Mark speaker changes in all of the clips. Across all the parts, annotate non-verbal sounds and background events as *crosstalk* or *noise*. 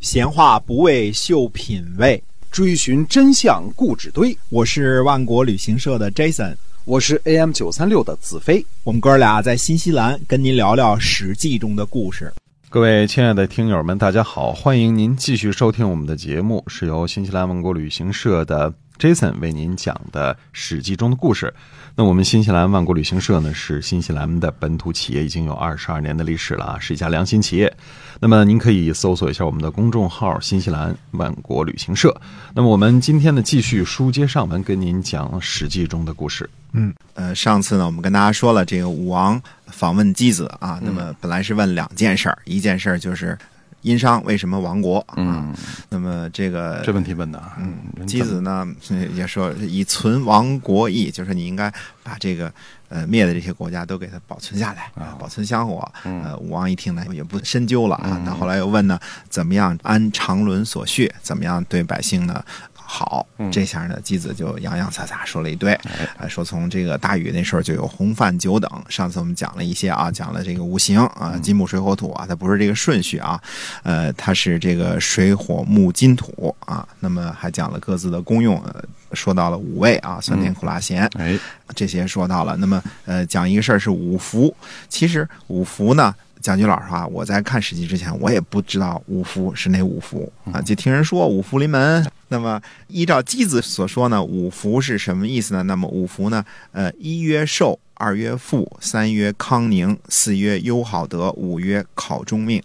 Speaker 1: 闲话不为秀品味，
Speaker 2: 追寻真相故纸堆。
Speaker 1: 我是万国旅行社的 Jason，
Speaker 2: 我是 AM 九三六的子飞。
Speaker 1: 我们哥俩在新西兰跟您聊聊《史记》中的故事。
Speaker 3: 各位亲爱的听友们，大家好，欢迎您继续收听我们的节目，是由新西兰万国旅行社的 Jason 为您讲的《史记》中的故事。那我们新西兰万国旅行社呢，是新西兰的本土企业，已经有二十二年的历史了啊，是一家良心企业。那么您可以搜索一下我们的公众号“新西兰万国旅行社”。那么我们今天呢，继续书接上文，跟您讲《史记》中的故事。
Speaker 1: 呃，上次呢，我们跟大家说了这个武王访问姬子啊，那么本来是问两件事儿，一件事儿就是殷商为什么亡国啊，
Speaker 3: 嗯，
Speaker 1: 那么这个
Speaker 3: 这问题问的啊，嗯
Speaker 1: 姬子呢呃也说以存亡国义，就是你应该把这个呃灭的这些国家都给它保存下来，啊，保存香火。呃，武王一听呢也不深究了啊，那后来又问呢，怎么样安长伦所需，怎么样对百姓呢？好，这下呢，姬子就洋洋洒洒说了一堆，啊，说从这个大禹那时候就有红范九等。上次我们讲了一些啊，讲了这个五行啊，金木水火土啊，它不是这个顺序啊，呃，它是这个水火木金土啊。那么还讲了各自的功用，呃说到了五味啊，酸甜苦辣咸。
Speaker 3: 哎，
Speaker 1: 这些说到了。那么，呃，讲一个事儿是五福。其实五福呢，讲句老实话，我在看《史记》之前，我也不知道五福是哪五福啊，就听人说五福临门。那么，依照姬子所说呢，五福是什么意思呢？那么五福呢，呃，一曰寿，二曰富，三曰康宁，四曰优好德，五曰考中命。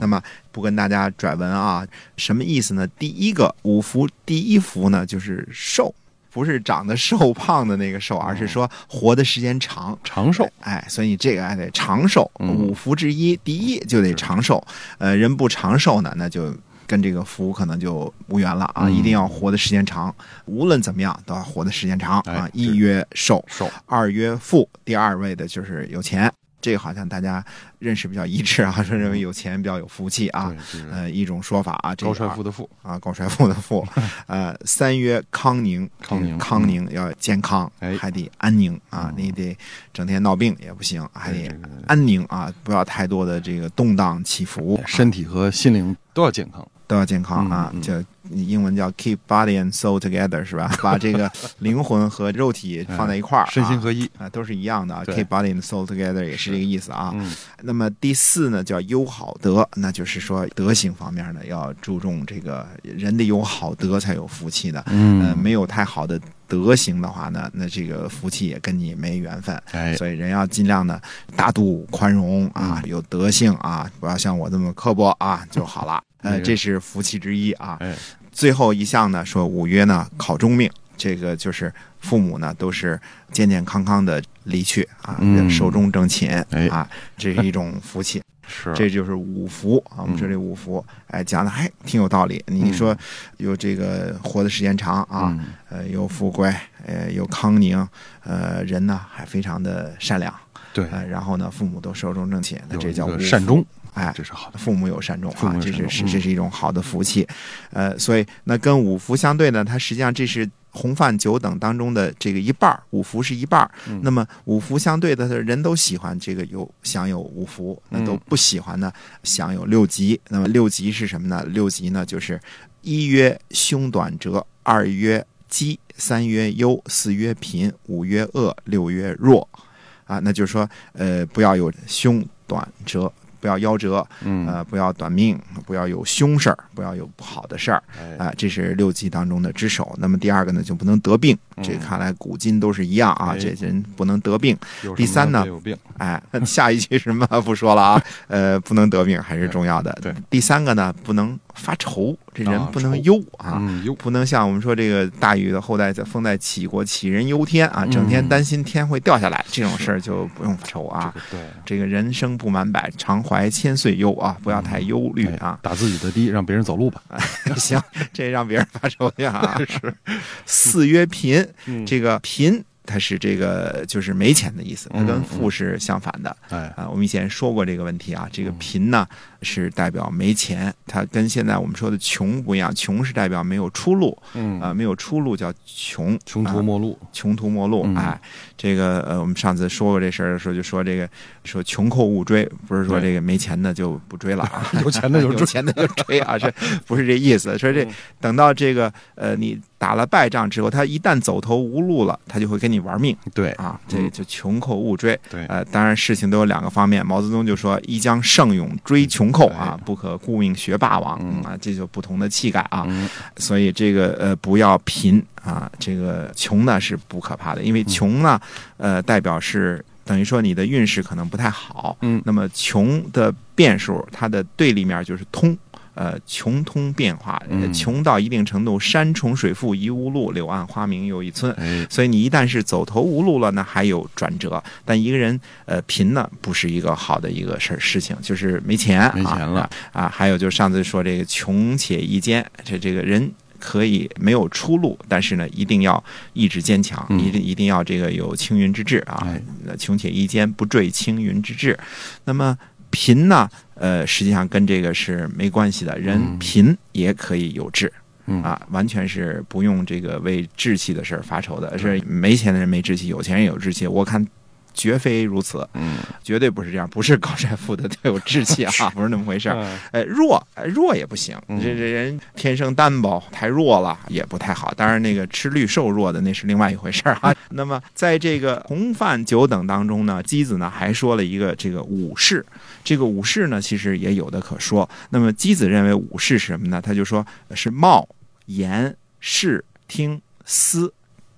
Speaker 1: 那么不跟大家拽文啊，什么意思呢？第一个五福，第一福呢就是寿。不是长得瘦胖的那个瘦，而是说活的时间长。
Speaker 3: 哦长寿，嗯
Speaker 1: 哎，所以你这个还得长寿，五福之一，第一就得长寿。呃，人不长寿呢，那就跟这个福可能就无缘了
Speaker 3: 嗯
Speaker 1: 啊！一定要活的时间长，无论怎么样都要活的时间长啊
Speaker 3: 哎！
Speaker 1: 一曰寿，
Speaker 3: 寿，
Speaker 1: 二曰富，第二位的就是有钱。这个好像大家认识比较一致啊，说认为有钱比较有福气啊
Speaker 3: 嗯对，，就是
Speaker 1: 呃，一种说法啊，这个
Speaker 3: 高帅富的富，
Speaker 1: 啊，高帅富的富，
Speaker 3: *laughs*
Speaker 1: 呃，三曰康宁，
Speaker 3: 康宁嗯
Speaker 1: 这个康宁要健康，
Speaker 3: 哎哦
Speaker 1: 还得安宁啊，你得整天闹病也不行，还
Speaker 3: 对
Speaker 1: 得
Speaker 3: 对对对
Speaker 1: 安宁啊，不要太多的这个动荡起伏，
Speaker 3: 身体和心灵都要健康。
Speaker 1: 都要健康啊
Speaker 3: 嗯嗯，
Speaker 1: 叫英文叫 keep body and soul together 是吧？把这
Speaker 3: *laughs*
Speaker 1: 个灵魂和肉体放在一块儿啊，
Speaker 3: 哎身心合一。
Speaker 1: 啊，都是一样的啊
Speaker 3: 对
Speaker 1: ，keep body and soul together 也是这个意思啊。
Speaker 3: 嗯
Speaker 1: 那么第四呢，叫优好德，那就是说德行方面呢，要注重这个人得有好德才有福气的。呃，
Speaker 3: 嗯，
Speaker 1: 没有太好的德行的话呢，那这个福气也跟你没缘分。
Speaker 3: 哎，
Speaker 1: 所以人要尽量的大度宽容啊，
Speaker 3: 嗯
Speaker 1: 有德性啊，不要像我这么刻薄啊就好
Speaker 3: *laughs*
Speaker 1: 了。
Speaker 3: 那
Speaker 1: 呃，
Speaker 3: 个
Speaker 1: 这是福气之一啊。
Speaker 3: 哎，
Speaker 1: 最后一项呢，说五曰呢考中命，这个就是父母呢都是健健康康的离去啊，
Speaker 3: 嗯
Speaker 1: 寿终正寝
Speaker 3: 哎
Speaker 1: 啊，这是一种福气，
Speaker 3: *laughs* 是
Speaker 1: 这就是五福啊。我们说这五福，哎，讲的还挺有道理。你说有这个活的时间长啊，
Speaker 3: 嗯
Speaker 1: 呃，有富贵，呃，有康宁，呃，人呢还非常的善良，
Speaker 3: 对，
Speaker 1: 呃，然后呢，父母都寿终正寝，那
Speaker 3: 有
Speaker 1: 这
Speaker 3: 一
Speaker 1: 叫
Speaker 3: 个
Speaker 1: 五
Speaker 3: 善
Speaker 1: 福
Speaker 3: 终，
Speaker 1: 哎，
Speaker 3: 这是好的。
Speaker 1: 父母有善终
Speaker 3: 父母
Speaker 1: 啊
Speaker 3: 有，
Speaker 1: 这
Speaker 3: 善
Speaker 1: 是
Speaker 3: 终
Speaker 1: 是
Speaker 3: 嗯
Speaker 1: 这是一种好的福气，呃，所以那跟五福相对呢，它实际上这是红范九等当中的这个一半儿，五福是一半儿。
Speaker 3: 嗯
Speaker 1: 那么五福相对的，人都喜欢这个有享有五福，那都
Speaker 3: 嗯
Speaker 1: 不喜欢呢享有六吉。那么六吉是什么呢？六吉呢就是一曰凶短折，二曰饥，三曰忧，四曰贫，五曰恶，六曰弱。啊，那就是说，呃，不要有凶短折，不要夭折，
Speaker 3: 嗯，
Speaker 1: 呃，不要短命，不要有凶事儿，不要有不好的事儿
Speaker 3: 哎
Speaker 1: 啊、这是六忌当中的之首。那么第二个呢，就不能得病。这看来古今都是一样啊，
Speaker 3: 嗯哎
Speaker 1: 这人不能得病。
Speaker 3: 有什
Speaker 1: 第
Speaker 3: 么
Speaker 1: 三呢
Speaker 3: 都有病，
Speaker 1: 哎，下一句什么不说了啊？呃，不能得病还是重要的。
Speaker 3: 对
Speaker 1: 第三个呢，不能发愁，这人
Speaker 3: 啊
Speaker 1: 不能
Speaker 3: 愁
Speaker 1: 忧啊。
Speaker 3: 嗯，有
Speaker 1: 不能像我们说这个大禹的后代在封在杞国杞人忧天啊，整天
Speaker 3: 嗯
Speaker 1: 担心天会掉下来，这种事儿就不用愁啊。
Speaker 3: 这个对。
Speaker 1: 这个人生不满百，常怀千岁忧啊，不要太忧虑
Speaker 3: 哎
Speaker 1: 啊。
Speaker 3: 打自己的的，让别人走路吧。
Speaker 1: 行，这让别人发愁去
Speaker 3: *laughs*
Speaker 1: 啊。是，
Speaker 3: 嗯
Speaker 1: 四曰贫，这个贫它是这个就是没钱的意思，它
Speaker 3: 嗯
Speaker 1: 跟
Speaker 3: 嗯
Speaker 1: 富是相反的
Speaker 3: 哎，嗯
Speaker 1: 啊。我们以前说过这个问题啊，这个贫呢，是代表没钱，它跟现在我们说的穷不一样，穷是代表没有出路，
Speaker 3: 嗯
Speaker 1: 啊、没有出路叫穷，
Speaker 3: 穷途
Speaker 1: 啊
Speaker 3: 末路，
Speaker 1: 穷途末路，
Speaker 3: 嗯
Speaker 1: 哎，这个呃，我们上次说过这事儿的时候，就说这个说穷寇勿追，不是说
Speaker 3: 对
Speaker 1: 这个没钱的就不追了啊，
Speaker 3: 有钱的就
Speaker 1: 有
Speaker 3: 追，
Speaker 1: 钱的就追啊，是不是这意思？说这
Speaker 3: 嗯
Speaker 1: 等到这个呃你打了败仗之后，他一旦走投无路了，他就会跟你玩命
Speaker 3: 对
Speaker 1: 啊，这
Speaker 3: 嗯
Speaker 1: 就穷寇勿追。
Speaker 3: 对，
Speaker 1: 呃，当然事情都有两个方面，毛泽东就说“一将胜勇追穷寇啊
Speaker 3: 哎，
Speaker 1: 不可顾命学霸王”
Speaker 3: 嗯
Speaker 1: 啊，这就不同的气概啊。
Speaker 3: 嗯
Speaker 1: 所以这个呃不要贫啊，这个穷呢是不可怕的，因为
Speaker 3: 嗯
Speaker 1: 穷呢，呃代表是等于说你的运势可能不太好，
Speaker 3: 嗯
Speaker 1: 那么穷的变数，它的对立面就是通。呃，穷通变化，呃
Speaker 3: 嗯
Speaker 1: 穷到一定程度，山重水复疑无路，柳暗花明又一村。
Speaker 3: 哎，
Speaker 1: 所以你一旦是走投无路了呢，还有转折。但一个人呃贫呢，不是一个好的一个事事情，就是没钱、啊，
Speaker 3: 没钱了
Speaker 1: 啊。还有就是上次说这个穷且益坚，这这个人。可以没有出路，但是呢，一定要意志坚强，
Speaker 3: 嗯
Speaker 1: 一定一定要这个有青云之志啊
Speaker 3: 哎！
Speaker 1: 那穷且益坚，不坠青云之志。那么贫呢，呃，实际上跟这个是没关系的，人
Speaker 3: 嗯
Speaker 1: 贫也可以有志。
Speaker 3: 嗯
Speaker 1: 啊，完全是不用这个为志气的事儿发愁的，是没钱的人没志气，有钱人有志气。我看绝非如此，
Speaker 3: 嗯，
Speaker 1: 绝对不是这样，不是高帅富的都有志气
Speaker 3: *laughs*
Speaker 1: 啊，不是那么回事儿。
Speaker 3: 嗯
Speaker 1: 呃，弱呃弱也不行，
Speaker 3: 嗯
Speaker 1: 这这人天生单薄，太弱了也不太好。当然，那个吃绿瘦弱的那是另外一回事儿啊。 *laughs* 那么，在这个红范九等当中呢，姬子呢还说了一个这个武士，这个武士呢其实也有的可说。那么姬子认为武士是什么呢？他就说呃是貌、言、视、听、思，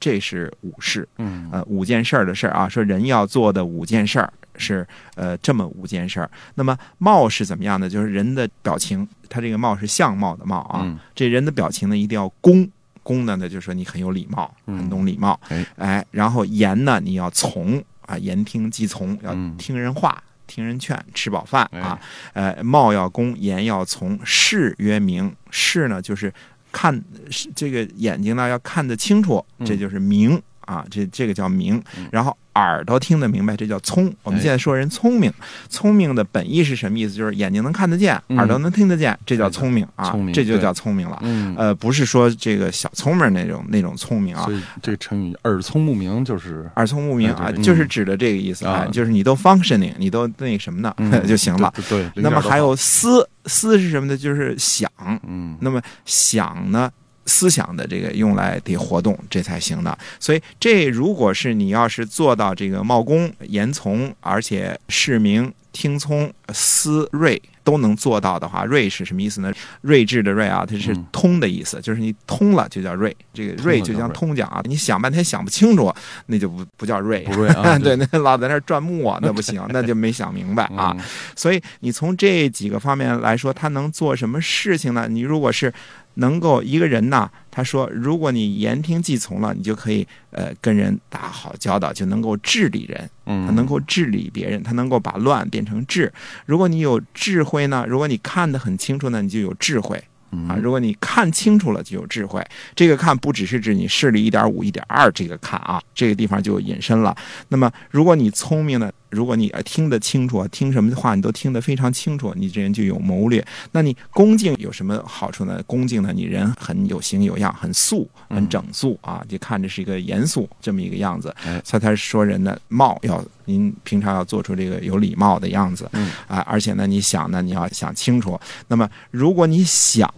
Speaker 1: 这是武士。
Speaker 3: 嗯，
Speaker 1: 呃五件事儿的事儿啊，说人要做的五件事儿是呃这么五件事儿。那么貌是怎么样的？就是人的表情，他这个貌是相貌的貌啊。
Speaker 3: 嗯
Speaker 1: 这人的表情呢，一定要恭。恭呢，那就是说你很有礼貌，
Speaker 3: 嗯
Speaker 1: 很懂礼貌。
Speaker 3: 哎
Speaker 1: 哎，然后言呢，你要从啊，言听计从，要
Speaker 3: 嗯
Speaker 1: 听人话，听人劝，吃饱饭
Speaker 3: 哎
Speaker 1: 啊。呃，貌要恭，言要从，视曰明。视呢，就是看是这个眼睛呢要看得清楚，
Speaker 3: 嗯
Speaker 1: 这就是明。啊，这这个叫明
Speaker 3: 嗯，
Speaker 1: 然后耳朵听得明白，这叫聪。我们
Speaker 3: 哎
Speaker 1: 现在说人聪明，聪明的本意是什么意思？就是眼睛能看得见，
Speaker 3: 嗯
Speaker 1: 耳朵能听得见，这叫
Speaker 3: 这叫
Speaker 1: 聪明啊
Speaker 3: 聪明，
Speaker 1: 这就
Speaker 3: 对
Speaker 1: 叫聪明了。
Speaker 3: 嗯，
Speaker 1: 呃，不是说这个小聪明儿那种那种聪明啊
Speaker 3: 所，以这个成语耳聪目明就是
Speaker 1: 耳聪目明啊，
Speaker 3: 哎对
Speaker 1: 就
Speaker 3: 嗯
Speaker 1: 是指的这个意思
Speaker 3: 啊
Speaker 1: 哎就是你都 functioning，你都那什么呢、*laughs*
Speaker 3: 嗯
Speaker 1: 就行了。
Speaker 3: 对对，对
Speaker 1: 那么还，
Speaker 3: 零点儿都好
Speaker 1: 有思思是什么呢？就是想，
Speaker 3: 嗯，
Speaker 1: 那么想呢？思想的这个用来得活动，这才行的。所以，这如果是你要是做到这个冒功、言从，而且视明、听聪、思睿都能做到的话，睿是什么意思呢？睿智的睿啊，它是
Speaker 3: 嗯
Speaker 1: 通的意思，就是你通了就叫睿。这个睿
Speaker 3: 通了
Speaker 1: 就
Speaker 3: 叫
Speaker 1: 像
Speaker 3: 睿
Speaker 1: 通讲啊，你想半天想不清楚，那就不不叫睿
Speaker 3: *laughs* 不。对
Speaker 1: *laughs*
Speaker 3: 啊，
Speaker 1: 对，那老在那儿转磨，那不
Speaker 3: *laughs*
Speaker 1: 行，那就没想明
Speaker 3: 嗯
Speaker 1: 白啊。所以你从这几个方面来说，他能做什么事情呢？你如果是能够一个人呐，他说，如果你言听计从了，你就可以呃跟人打好交道，就能够治理人，
Speaker 3: 嗯，
Speaker 1: 他
Speaker 3: 嗯
Speaker 1: 能够治理别人，他能够把乱变成治。如果你有智慧呢，如果你看得很清楚呢，你就有智慧啊。
Speaker 3: 嗯
Speaker 1: 如果你看清楚了，就有智慧。这个看不只是指你视力一点五、一点二这个看啊，这个地方就引申了。那么，如果你聪明呢，如果你呃听得清楚，听什么话你都听得非常清楚，你这人就有谋略。那你恭敬有什么好处呢？恭敬呢，你人很有形有样，很素，
Speaker 3: 嗯
Speaker 1: 很整肃啊，就看着是一个严肃这么一个样子
Speaker 3: 哎。
Speaker 1: 所以他说人呢，貌要您平常要做出这个有礼貌的样子，
Speaker 3: 嗯
Speaker 1: 啊，而且呢，你想呢，你要想清楚。那么，如果你想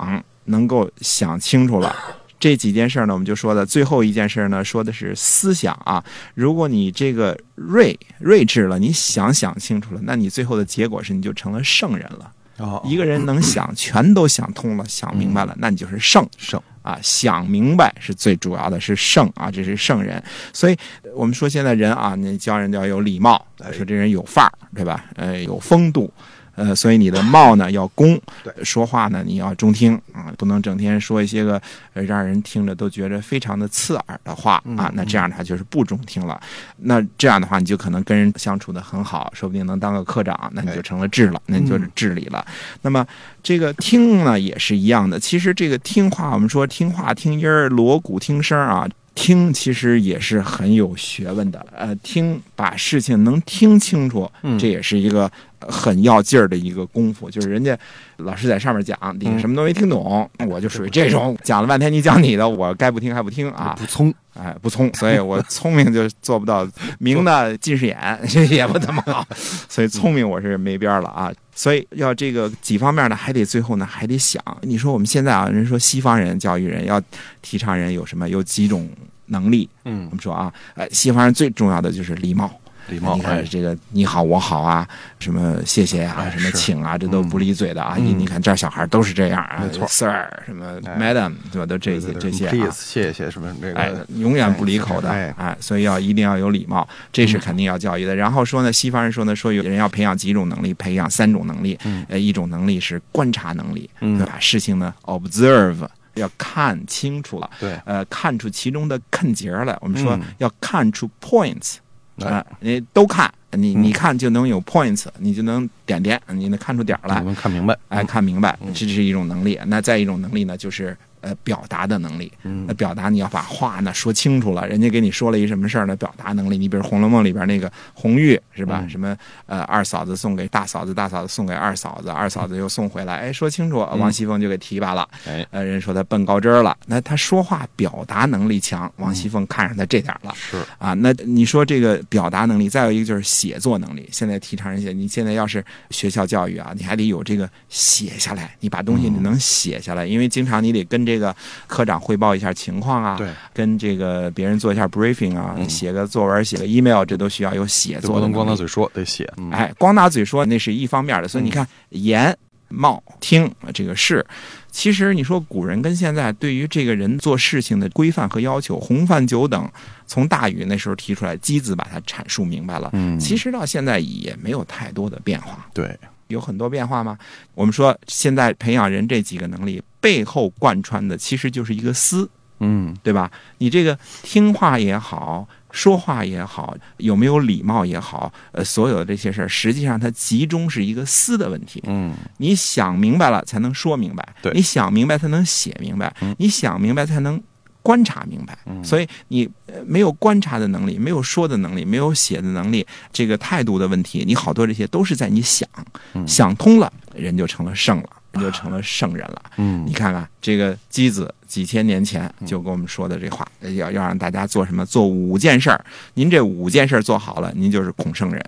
Speaker 1: 能够想清楚了。这几件事儿呢，我们就说的最后一件事儿呢，说的是思想啊。如果你这个睿睿智了，你想想清楚了，那你最后的结果是你就成了圣人了。
Speaker 3: 哦嗯
Speaker 1: 一个人能想全都想通了，想明白了，那你就是圣
Speaker 3: 圣
Speaker 1: 啊。想明白是最主要的，是圣啊，这是圣人。所以呃我们说现在人啊，你教人要有礼貌，说这人有范儿，对吧？呃，有风度。呃，所以你的貌呢要公，说话呢你要中听啊、不能整天说一些个呃让人听着都觉着非常的刺耳的话啊。那这样的话就是不中听了。那这样的话，你就可能跟人相处的很好，说不定能当个科长，那你就成了智了，那你就是治理了。那么这个听呢也是一样的，其实这个听话，我们说听话听音儿，锣鼓听声儿啊。听其实也是很有学问的，呃，听把事情能听清楚，
Speaker 3: 嗯
Speaker 1: 这也是一个呃很要劲儿的一个功夫，就是人家老师在上面讲，你什么都没听懂，我就属于这种哦讲了半天你讲你的，我该不听还不听啊，
Speaker 3: 不聪，
Speaker 1: 哎，不聪，所以我聪明就做不到，明的近视眼这也不怎么好，所以聪明我是没边儿了啊。所以要这个几方面呢，还得最后呢还得想，你说我们现在啊，人说西方人教育人要提倡人有什么有几种能力，
Speaker 3: 嗯
Speaker 1: 我，们说啊，呃，西方人最重要的就是礼貌。
Speaker 3: 礼貌
Speaker 1: 你，看
Speaker 3: 哎
Speaker 1: 这个你好我好啊，什么谢谢啊
Speaker 3: 哎，
Speaker 1: 什么
Speaker 3: 是
Speaker 1: 请啊，这都不离嘴的啊。你
Speaker 3: 嗯
Speaker 1: 你看这儿小孩都是这样啊
Speaker 3: 没错
Speaker 1: ，Sir 什么
Speaker 3: 哎
Speaker 1: Madam 对吧？都这些
Speaker 3: 对
Speaker 1: 这
Speaker 3: 对对
Speaker 1: 些啊
Speaker 3: please，，谢谢什么这
Speaker 1: 哎
Speaker 3: 个，，
Speaker 1: 永远不离口的
Speaker 3: 哎嗯
Speaker 1: 哎，所以要一定要有礼貌，这是肯定要教育的。然后说呢，西方人说呢，说有人要培养几种能力，培养三种能力
Speaker 3: 嗯，
Speaker 1: 呃，一种能力是观察能力，
Speaker 3: 嗯
Speaker 1: 对吧？事情呢 observe 要看清楚了。
Speaker 3: 对，
Speaker 1: 呃，看出其中的坑节儿来。我们说
Speaker 3: 嗯
Speaker 1: 要看出 points
Speaker 3: 哎
Speaker 1: 啊、你都看，你
Speaker 3: 嗯
Speaker 1: 你看就能有 points，你就能点点，你能看出点儿来
Speaker 3: 我，们看明白，
Speaker 1: 哎，看明白
Speaker 3: 嗯，
Speaker 1: 这是一种能力。那再一种能力呢，就是呃表达的能力。
Speaker 3: 嗯
Speaker 1: 那表达你要把话呢说清楚了，人家给你说了一什么事儿呢？表达能力，你比如《红楼梦》里边那个红玉是吧？
Speaker 3: 嗯
Speaker 1: 什么呃二嫂子送给大嫂子，大嫂子送给二嫂子，二嫂子又送回来，哎，说清楚，
Speaker 3: 嗯
Speaker 1: 王熙凤就给提拔了。
Speaker 3: 哎，
Speaker 1: 呃，人说他笨高枝儿了，那他说话表达能力强，王熙凤看上他这点儿了。
Speaker 3: 嗯是，
Speaker 1: 啊，那你说这个表达能力，再有一个就是写作能力。现在提倡人写，你现在要是学校教育啊，你还得有这个写下来，你把东
Speaker 3: 嗯
Speaker 1: 西你能写下来，因为经常你得跟这个科长汇报一下情况啊，
Speaker 3: 对，
Speaker 1: 跟这个别人做一下 briefing 啊，
Speaker 3: 嗯
Speaker 1: 写个作文、写个 email，这都需要有写
Speaker 3: 就不
Speaker 1: 作的
Speaker 3: 能光
Speaker 1: 能
Speaker 3: 拿
Speaker 1: 力。
Speaker 3: 嘴说，得写，嗯，
Speaker 1: 哎，光拿嘴说那是一方面的，所以你
Speaker 3: 嗯
Speaker 1: 看言、貌、听这个是，其实你说古人跟现在对于这个人做事情的规范和要求，洪范九等从大禹那时候提出来，箕子把它阐述明白了。
Speaker 3: 嗯，
Speaker 1: 其实到现在也没有太多的变化，
Speaker 3: 对，
Speaker 1: 有很多变化吗？我们说现在培养人这几个能力背后贯穿的其实就是一个思，
Speaker 3: 嗯，
Speaker 1: 对吧？你这个听话也好，说话也好，有没有礼貌也好，呃，所有的这些事儿，实际上它集中是一个思的问题。
Speaker 3: 嗯，
Speaker 1: 你想明白了才能说明白，
Speaker 3: 对
Speaker 1: 你想明白才能写明白，
Speaker 3: 嗯
Speaker 1: 你想明白才能观察明白。所以你呃没有观察的能力，没有说的能力，没有写的能力，这个态度的问题，你好多这些都是在你想，
Speaker 3: 嗯
Speaker 1: 想通了，人就成了圣了，人就成了圣人了。
Speaker 3: 嗯
Speaker 1: 你，看看这个箕子几千年前就跟我们说的这话，要要让大家做什么？做五件事儿。您这五件事儿做好了，您就是孔圣人。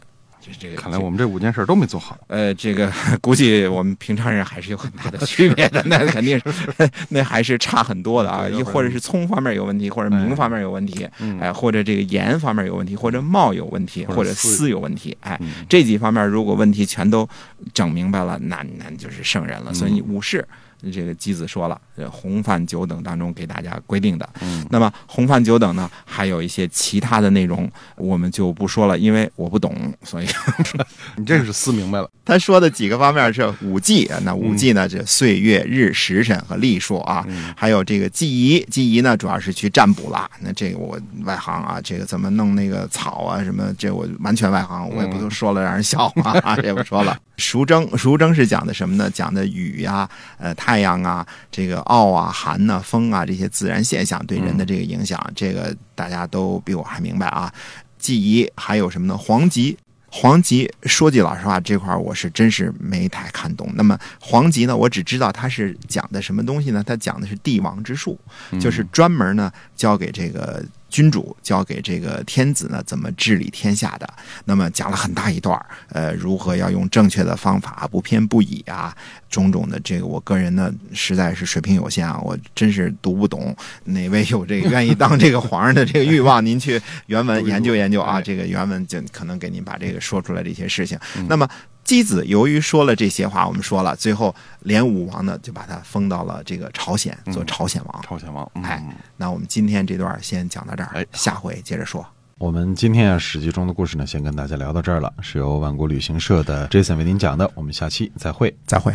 Speaker 1: 这这个
Speaker 3: 看来我们这五件事儿都没做好，
Speaker 1: 呃，这个估计我们平常人还是有很大的区别的，那肯定 *laughs* 是那还是差很多的啊。
Speaker 3: 对要
Speaker 1: 一
Speaker 3: 不然
Speaker 1: 或者是聪方面有问题，或者
Speaker 3: 哎
Speaker 1: 明方面有问题，
Speaker 3: 嗯
Speaker 1: 哎，或者这个言方面有问题，或者貌有问题，
Speaker 3: 或者
Speaker 1: 或者
Speaker 3: 思
Speaker 1: 思有问题，哎，
Speaker 3: 嗯
Speaker 1: 这几方面如果问题全都整明白了，那那就是圣人
Speaker 3: 嗯
Speaker 1: 了。所以武士，这个箕子说了，呃洪范九等当中给大家规定的。
Speaker 3: 嗯
Speaker 1: 那么洪范九等呢，还有一些其他的内容，我们就不说了，因为我不懂，所以
Speaker 3: 你这是思明白了，
Speaker 1: 他说的几个方面是五季，那五季呢，这岁月日时辰和历数啊，
Speaker 3: 嗯
Speaker 1: 还有这个祭仪，祭仪呢主要是去占卜啦。那这个我外行啊，这个怎么弄那个草啊什么，这我完全外行，我也不都说了让人笑话啊， *laughs* 这也不说了。熟蒸，熟蒸是讲的什么呢？讲的雨呀、呃太阳啊、这个涝啊、寒呐、风啊这些自然现象对人的这个影响，这个大家都比我还明白啊。记忆还有什么呢？黄吉。黄吉，说句老实话，这块儿我是真是没太看懂。那么黄吉呢，我只知道他是讲的什么东西呢？他讲的是帝王之术，嗯
Speaker 3: 嗯
Speaker 1: 就是专门呢教给这个君主、教给这个天子呢怎么治理天下的。那么讲了很大一段儿，呃，如何要用正确的方法，不偏不倚啊，种种的这个，我个人呢实在是水平有限啊，我真是读不懂。哪位有这个愿意当这个皇上的这个欲望，您去原文研究研究啊，
Speaker 3: 哎
Speaker 1: 这个原文就可能给您把这个说出来这些事情。那么。箕子由于说了这些话，我们说了，最后连武王呢就把他封到了这个朝鲜，做朝鲜王。
Speaker 3: 朝鲜王，嗯
Speaker 1: 哎，那我们今天这段先讲到这
Speaker 3: 哎
Speaker 1: 儿，下回接着说。
Speaker 3: 我们今天啊，《史记》中的故事呢，先跟大家聊到这儿了，是由万国旅行社的 Jason 为您讲的，我们下期再会。
Speaker 1: 再会。